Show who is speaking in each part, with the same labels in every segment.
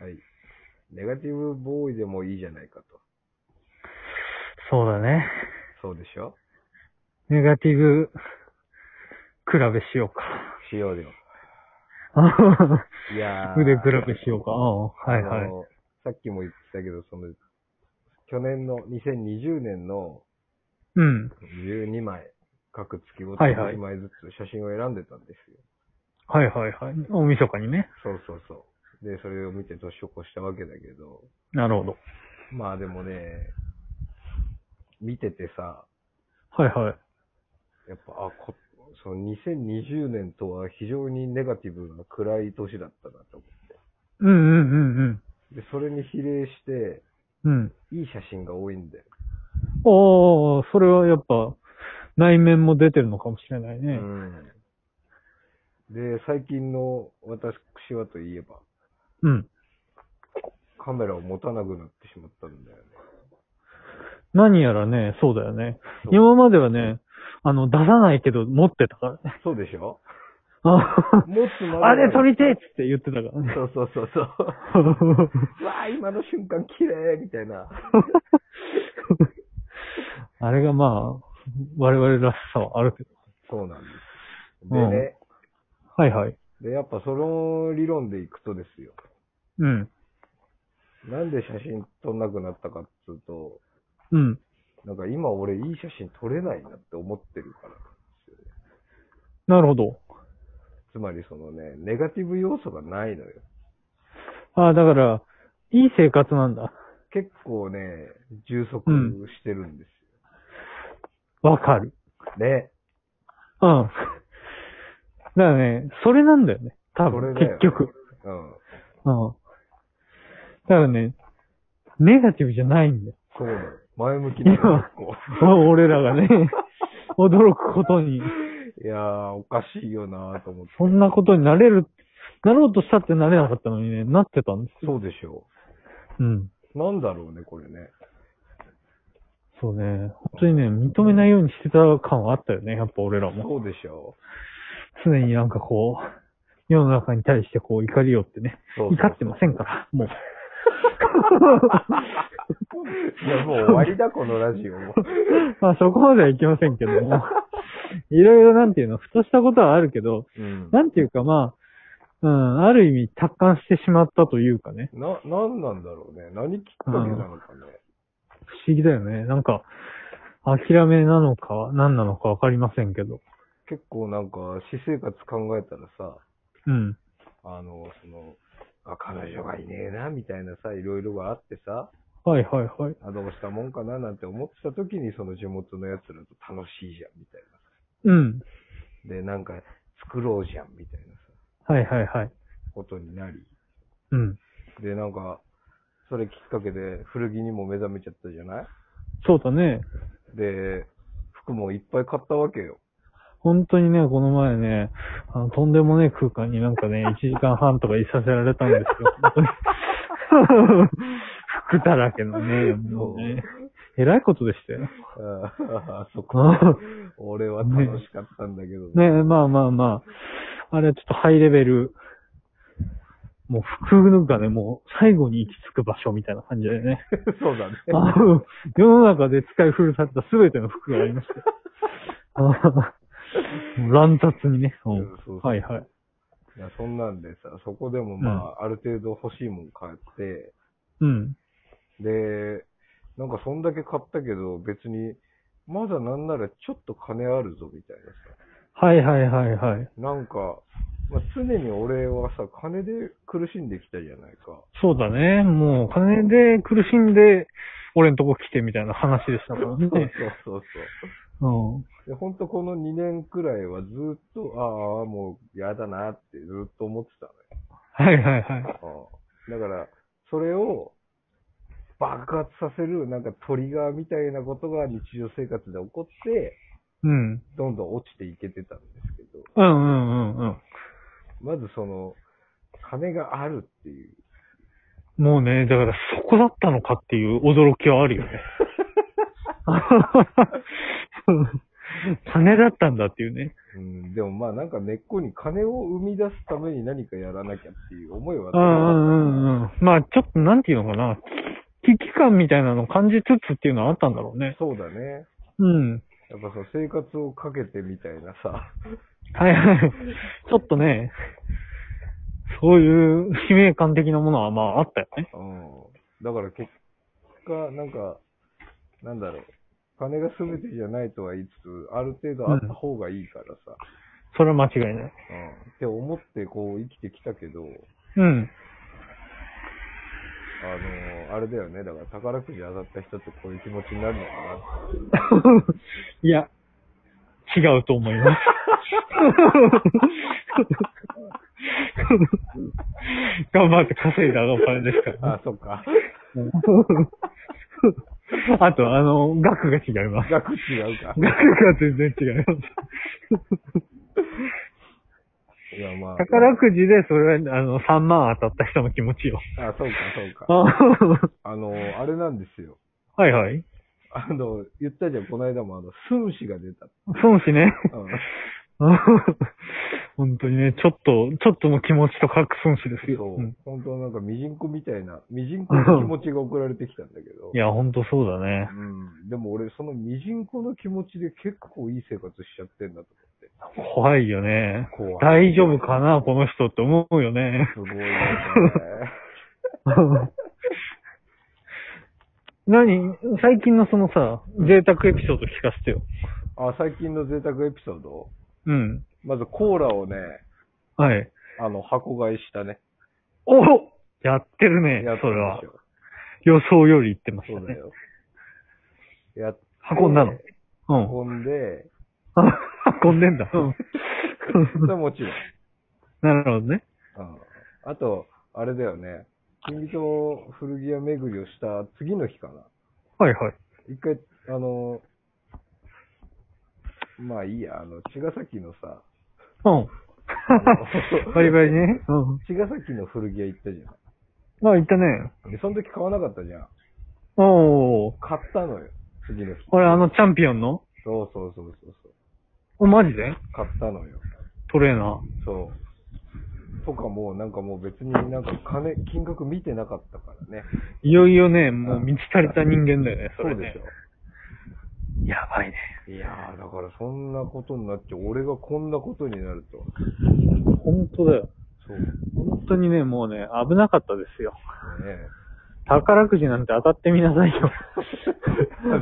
Speaker 1: はい。ネガティブボーイでもいいじゃないかと。
Speaker 2: そうだね。
Speaker 1: そうでしょ
Speaker 2: ネガティブ、比べしよ うか。
Speaker 1: しようよ。いやー。
Speaker 2: 腕比べしようか。ああはいは
Speaker 1: あ
Speaker 2: い。
Speaker 1: のさっきも言ってたけど、その、去年の、2020年の
Speaker 2: うん。
Speaker 1: 12枚、各月ごと
Speaker 2: は
Speaker 1: に
Speaker 2: いはい
Speaker 1: 1枚ずつ写真を選んでたんですよ。
Speaker 2: はいはいはい。大晦日にね。
Speaker 1: そうそうそう。で、それを見て年を越したわけだけど、
Speaker 2: なるほど。
Speaker 1: まあでもね、見ててさ、
Speaker 2: はいはい。
Speaker 1: やっぱ、あ、こその2020年とは非常にネガティブな暗い年だったなと思
Speaker 2: うんうんうん
Speaker 1: う。で、それに比例して、
Speaker 2: うん。うん。
Speaker 1: いい写真が多いんだよ。
Speaker 2: おー、それはやっぱ、内面も出てるのかもしれないね。
Speaker 1: で、最近の私はといえば、
Speaker 2: うん。
Speaker 1: カメラを持たなくなってしまったんだよね。
Speaker 2: 何やらね、そうだよね。
Speaker 1: そう
Speaker 2: 今まではね、あの、出さないけど持ってたから ね。
Speaker 1: そうでしょ
Speaker 2: あ
Speaker 1: 持つまでは
Speaker 2: あれ撮りてえっつって言ってたからね。
Speaker 1: そうそう そうそう。わあ、今の瞬間綺麗みたいな。
Speaker 2: あれがまあ、我々らしさはあるけど。
Speaker 1: そうなんです。でね、
Speaker 2: はいはい。
Speaker 1: で、やっぱその理論でいくとですよ。
Speaker 2: うん。
Speaker 1: なんで写真撮んなくなったかっつうと、
Speaker 2: うん。
Speaker 1: なんか今俺いい写真撮れないなって思ってるからなんですよね。
Speaker 2: なるほど。
Speaker 1: つまりそのね、ネガティブ要素がないのよ。
Speaker 2: ああ、だから、いい生活なんだ。
Speaker 1: 結構ね、充足
Speaker 2: うん
Speaker 1: してるんです
Speaker 2: わかる。
Speaker 1: よ。ね。
Speaker 2: うん。だ からね、それなんだよね。多分、
Speaker 1: それだよ
Speaker 2: 結局。
Speaker 1: うん。
Speaker 2: うん。だからね、ネガティブじゃないんだよ。
Speaker 1: そうなの。前向きなの結構
Speaker 2: 俺らがね、 驚くことに、
Speaker 1: いやー、おかしいよなーと思って。
Speaker 2: そんなことになれる、なろうとしたってなれなかったのにね、なってたんですよ。
Speaker 1: そうでしょ
Speaker 2: うん。
Speaker 1: う。なんだろうね、これね。
Speaker 2: そうね。本当にね、認めないようにしてた感はあったよね。やっぱ俺らも。
Speaker 1: そうでしょ
Speaker 2: 常になんかこう、世の中に対してこう怒りをってね。
Speaker 1: う。そうそう
Speaker 2: 怒ってませんから、もう。
Speaker 1: いや、もう終わりだ、このラジ オ。
Speaker 2: まあそこまではいきませんけども。いろいろなんていうの、ふとしたことはあるけど、
Speaker 1: うん。
Speaker 2: なんていうかまあ、うん、ある意味達観してしまったというかね。
Speaker 1: な、なんなんだろうね。何きっかけなのかね。
Speaker 2: 不思議だよね。なんか、諦めなのか、何なのかわかりませんけど。
Speaker 1: 結構なんか、私生活考えたらさ、
Speaker 2: うん。
Speaker 1: あの、その、あ、彼女がいねえな、みたいなさ、いろいろがあってさ、
Speaker 2: はいはいはい。
Speaker 1: あ、どうしたもんかな、なんて思ってた時に、その地元の奴らと楽しいじゃん、みたい
Speaker 2: うん。
Speaker 1: な。で、なんか、作ろうじゃん、みたいなさ、
Speaker 2: はいはいはい。
Speaker 1: ことになり。
Speaker 2: うん。
Speaker 1: で、なんか、それきっかけで古着にも目覚めちゃったじゃない
Speaker 2: そうだね。
Speaker 1: で、服もいっぱい買ったわけよ。
Speaker 2: 本当にね、この前ね、あの、とんでもねえ空間になんかね、1時間半とかいさせられたんですよ。本当に服だらけのね、もうね。えらいことでしたよ。
Speaker 1: ああ、 そこ。
Speaker 2: あ
Speaker 1: 俺は楽しかったんだけど。
Speaker 2: ねまあまあまあ。あれはちょっとハイレベル。もう服がね、もう最後に行き着く場所みたいな感じでね。
Speaker 1: そうだね。
Speaker 2: あの 世の中で使い古されたすべての服がありましたよ。あの乱雑にね。うん
Speaker 1: うんそうそう
Speaker 2: はいはい。
Speaker 1: いやそんなんでさ、そこでもまあ、ある程度欲しいもん買って、
Speaker 2: うん。
Speaker 1: で、なんかそんだけ買ったけど、別に、まだなんならちょっと金あるぞ、みたいなさ。
Speaker 2: はいはいはいはい。
Speaker 1: なんか、まあ、常に俺はさ、金で苦しんできたじゃないか。
Speaker 2: そうだね。もう金で苦しんで、俺んとこ来てみたいな話でしたから
Speaker 1: そうそう
Speaker 2: ね。
Speaker 1: そう
Speaker 2: うん。
Speaker 1: そう。で、ほんとこの2年くらいはずっと、ああ、もう嫌だなってずっと思ってたのよ。
Speaker 2: はいはいはい。
Speaker 1: だから、それを爆発させる、なんかトリガーみたいなことが日常生活で起こって、
Speaker 2: うん。うん
Speaker 1: どんどん落ちていけてたんですけど、
Speaker 2: うんうんうん。
Speaker 1: まずその、金があるっていう。
Speaker 2: もうね、だからそこだったのかっていう驚きはあるよね。金だったんだっていうね。
Speaker 1: うん、でもまあなんか根っこに金を生み出すために何かやらなきゃっていう思いは
Speaker 2: うんうんうんうん。まあ、ちょっとなんていうのかな。危機感みたいなのを感じつつっていうのはあったんだろうね。
Speaker 1: そうだね。
Speaker 2: うん。
Speaker 1: やっぱその生活をかけてみたいなさ。
Speaker 2: はい はい。ちょっとね、そういう使命感的なものはまああったよね。
Speaker 1: うん。だから結果、なんか、なんだろう。金が全てじゃないとは言いつつ、ある程度あった方がいいからさ。
Speaker 2: それは間違いない。
Speaker 1: うん。って思ってこう生きてきたけど、
Speaker 2: うん。
Speaker 1: あのあれだよね。だから宝くじ当たった人ってこういう気持ちになるのかな。
Speaker 2: いや、違うと思います。 頑張って稼いだお金ですから、
Speaker 1: あ、そっか。
Speaker 2: ね。 あと、あの、額が違います。
Speaker 1: 額違うか。
Speaker 2: 額が全然違います。
Speaker 1: いや、まあ。
Speaker 2: 宝くじで、それは、あの、3万当たった人の気持ちよ。
Speaker 1: あ、そうか、そう
Speaker 2: あ
Speaker 1: か。
Speaker 2: は
Speaker 1: あの、あれなんですよ。
Speaker 2: い はい。
Speaker 1: あの、言ったじゃん、この間も、あの、寸志が出た。
Speaker 2: 孫子ね。
Speaker 1: うん。
Speaker 2: 本当にね、ちょっと、ちょっとの気持ちと書く孫子ですよ。
Speaker 1: そう
Speaker 2: うん
Speaker 1: う。本当なんか、ミジンコみたいな、ミジンコの気持ちが送られてきたんだけど
Speaker 2: い。や、本当そうだね。
Speaker 1: うん。でも俺、そのミジンコの気持ちで結構いい生活しちゃってんだと
Speaker 2: 怖いよね。
Speaker 1: 思って。怖い。
Speaker 2: 大丈夫かなこの人って思うよね。
Speaker 1: すごい、ね。
Speaker 2: 何最近のそのさ、贅沢エピソード聞かせてよ。
Speaker 1: あ、最近の贅沢エピソード
Speaker 2: うん。
Speaker 1: まず、コーラをね、
Speaker 2: はい。
Speaker 1: あの、箱買いしたね。
Speaker 2: おやってるね
Speaker 1: やっ、た
Speaker 2: そ
Speaker 1: で
Speaker 2: れは
Speaker 1: し。ょ。
Speaker 2: 予想より言ってまし
Speaker 1: そ
Speaker 2: た
Speaker 1: うだ
Speaker 2: ね。
Speaker 1: よ。やって
Speaker 2: 運んだのうん。
Speaker 1: 運 んで、
Speaker 2: あ運んでんだ。うん。
Speaker 1: それはもちろん。
Speaker 2: なるほどね。
Speaker 1: うんあと、あれだよね。君と古着屋巡りをした次の日かな。
Speaker 2: はいはい。
Speaker 1: 一回、あの、まあいいや、あの、茅ヶ崎のさ、
Speaker 2: うん。 バリバリね。うん。
Speaker 1: 茅ヶ崎の古着屋行ったじゃ
Speaker 2: まあ、言ったね。
Speaker 1: ん。で、その時買わなかったじゃん。
Speaker 2: おー。
Speaker 1: 買ったのよ、次の日。
Speaker 2: これあのチャンピオンの
Speaker 1: そうそうそうそうそう。
Speaker 2: お、マジで
Speaker 1: 買ったのよ。
Speaker 2: トレーナ
Speaker 1: そう。とかもうなんかもう別になんか金、金額見てなかったからね。
Speaker 2: ー。いよいよね、もう満ち足りた人間だよね、それ
Speaker 1: うで
Speaker 2: ね
Speaker 1: し。ょ。
Speaker 2: やばいね。
Speaker 1: いやー、だからそんなことになって、俺がこんなことになるとは。
Speaker 2: 本当だよ。
Speaker 1: そう。
Speaker 2: 本当にね、もうね、危なかったですよ。
Speaker 1: ね
Speaker 2: 宝くじなんて当たってみなさい よ。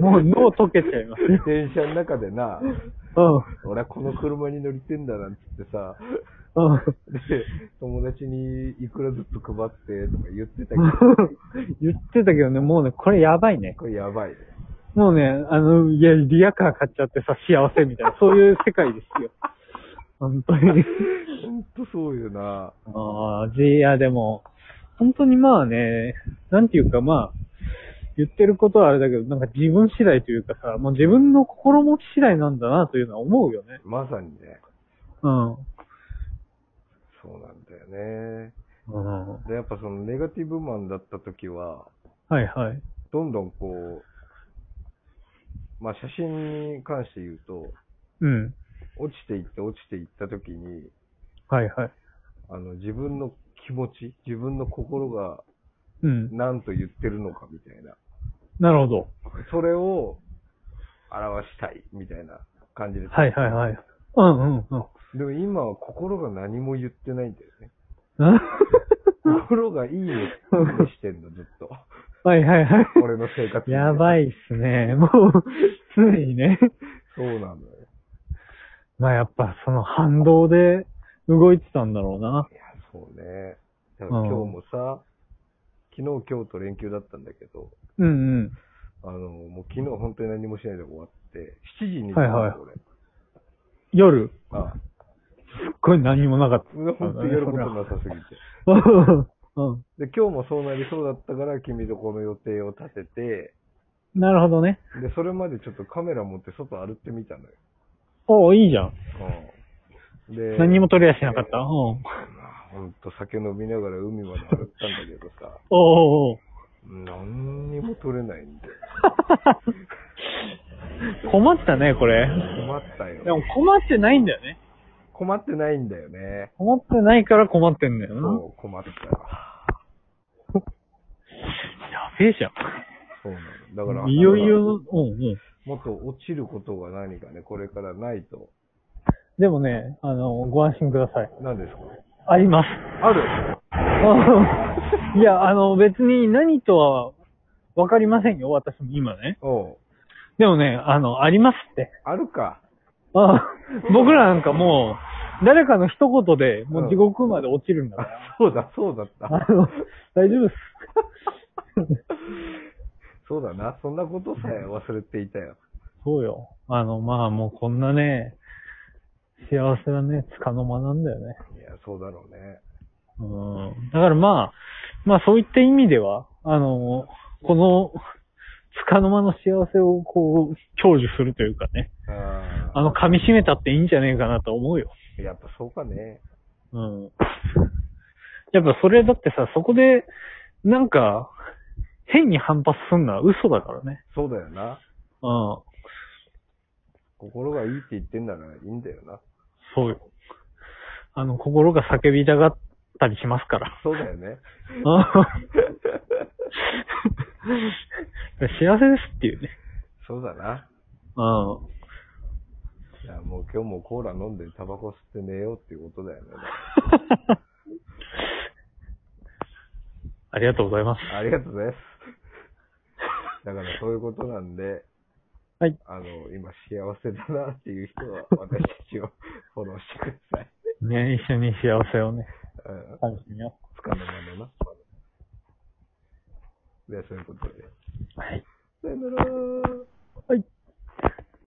Speaker 2: もう脳溶けちゃいます よ。
Speaker 1: 電車の中でな、
Speaker 2: う
Speaker 1: 俺はこの車に乗りてんだなんつってさ、
Speaker 2: ん。うん。
Speaker 1: で、友達にいくらずつ配ってとか言ってたけど、
Speaker 2: 言ってたけどね、もうね、これやばいね。
Speaker 1: これやばいね。
Speaker 2: もうね、あの、いや、リアカー買っちゃってさ、幸せみたいな、そういう世界です よ。本当に。
Speaker 1: ほんとそうよな。
Speaker 2: ああ、いや、でも、本当にまあね、なんていうかまあ、言ってることはあれだけど、なんか自分次第というかさ、もう自分の心持ち次第なんだなというのは思うよね。
Speaker 1: まさにね。
Speaker 2: うん。
Speaker 1: そうなんだよね。
Speaker 2: うん、は
Speaker 1: で、やっぱそのネガティブマンだった時は、
Speaker 2: いはい。
Speaker 1: どんどんこう、まあ写真に関して言うと、
Speaker 2: うん。
Speaker 1: 落ちていって落ちていった時に、
Speaker 2: はいはい。
Speaker 1: あの、自分の気持ち、自分の心が
Speaker 2: うん。
Speaker 1: 何と言ってるのかみたいな。
Speaker 2: なるほど。
Speaker 1: それを表したいみたいな感じです。
Speaker 2: はいはいはい。うんうん うん。
Speaker 1: でも今は心が何も言ってないんだよね。
Speaker 2: あ
Speaker 1: 心がいいね、いいねしてん の、ずっと。
Speaker 2: はいはいはい。
Speaker 1: 俺の生活。
Speaker 2: やば
Speaker 1: い。
Speaker 2: いっすね。 もう、常にね。
Speaker 1: そうなんだよ。
Speaker 2: まあやっぱその反動で動いてたんだろうな。
Speaker 1: いや、そうね。だから今日もさ、昨日今日と連休だったんだけど、
Speaker 2: うんうん。
Speaker 1: あの、もう昨日本当に何もしないで終わって、7時に寝た
Speaker 2: は
Speaker 1: の、
Speaker 2: いはい
Speaker 1: 俺。
Speaker 2: 夜、
Speaker 1: ああ
Speaker 2: すっごい何もなかっ
Speaker 1: 本当にやることなさすぎて。
Speaker 2: た。うん。
Speaker 1: で、今日もそうなりそうだったから、君とこの予定を立てて、
Speaker 2: なるほどね。
Speaker 1: で、それまでちょっとカメラ持って外歩ってみたのよ。
Speaker 2: おおいいじゃん。
Speaker 1: うん。で、
Speaker 2: 何にも取り出しなかった。うん。おう
Speaker 1: まあほんと酒飲みながら海まで歩ったんだけどさ、
Speaker 2: おうおう
Speaker 1: 何にも撮れないんで。
Speaker 2: 困ったね、これ。
Speaker 1: 困ったよ。
Speaker 2: でも困ってないんだよね。
Speaker 1: 困ってないんだよね。
Speaker 2: 困ってないから困ってんだよな。
Speaker 1: そう、困った。
Speaker 2: やべえじゃん。
Speaker 1: そうなの。だから、
Speaker 2: いよいよ、うんうん。
Speaker 1: もっと落ちることが何かね、これからないと。
Speaker 2: でもね、あの、ご安心ください。
Speaker 1: 何ですか
Speaker 2: あります。
Speaker 1: ある
Speaker 2: いや、あの、別に何とはわかりませんよ、私も今ね。
Speaker 1: おう。
Speaker 2: でもね、あの、ありますって。
Speaker 1: あるか。
Speaker 2: ああ僕らなんかもう、誰かの一言で、もう地獄まで落ちるんだから。
Speaker 1: あ、そうだ、そうだった。
Speaker 2: あの、大丈夫っす。
Speaker 1: そうだな。そんなことさえ忘れていたよ。
Speaker 2: そうよ。あの、まあもうこんなね、幸せなね、つかの間なんだよね。
Speaker 1: いや、そうだろうね。
Speaker 2: うん。だからまあ、まあそういった意味では、あの、この、つかの間の幸せをこう、享受するというかね、
Speaker 1: あ
Speaker 2: あの、噛み締めたっていいんじゃねえかなと思うよ。
Speaker 1: あ。やっぱそうかね。
Speaker 2: うん。やっぱそれだってさ、そこで、なんか、変に反発すんのは嘘だからね。
Speaker 1: そうだよな。
Speaker 2: うん。
Speaker 1: 心がいいって言ってんならいいんだよな。
Speaker 2: そうよ。あの、心が叫びたがったりしますから。
Speaker 1: そうだよね。
Speaker 2: 幸せですっていうね。
Speaker 1: そうだな。
Speaker 2: うん。
Speaker 1: いや、もう今日もコーラ飲んでタバコ吸って寝ようっていうことだよね。
Speaker 2: ありがとうございます。
Speaker 1: ありがとうございます。だからそういうことなんで、
Speaker 2: はい。
Speaker 1: あの、今幸せだなっていう人は私たちをフォローしてください。
Speaker 2: ね、一緒に幸せをね、
Speaker 1: うん。
Speaker 2: 楽しみよ
Speaker 1: つかの間のな。で、そういうことで。
Speaker 2: う。はい。
Speaker 1: さよなら
Speaker 2: はい。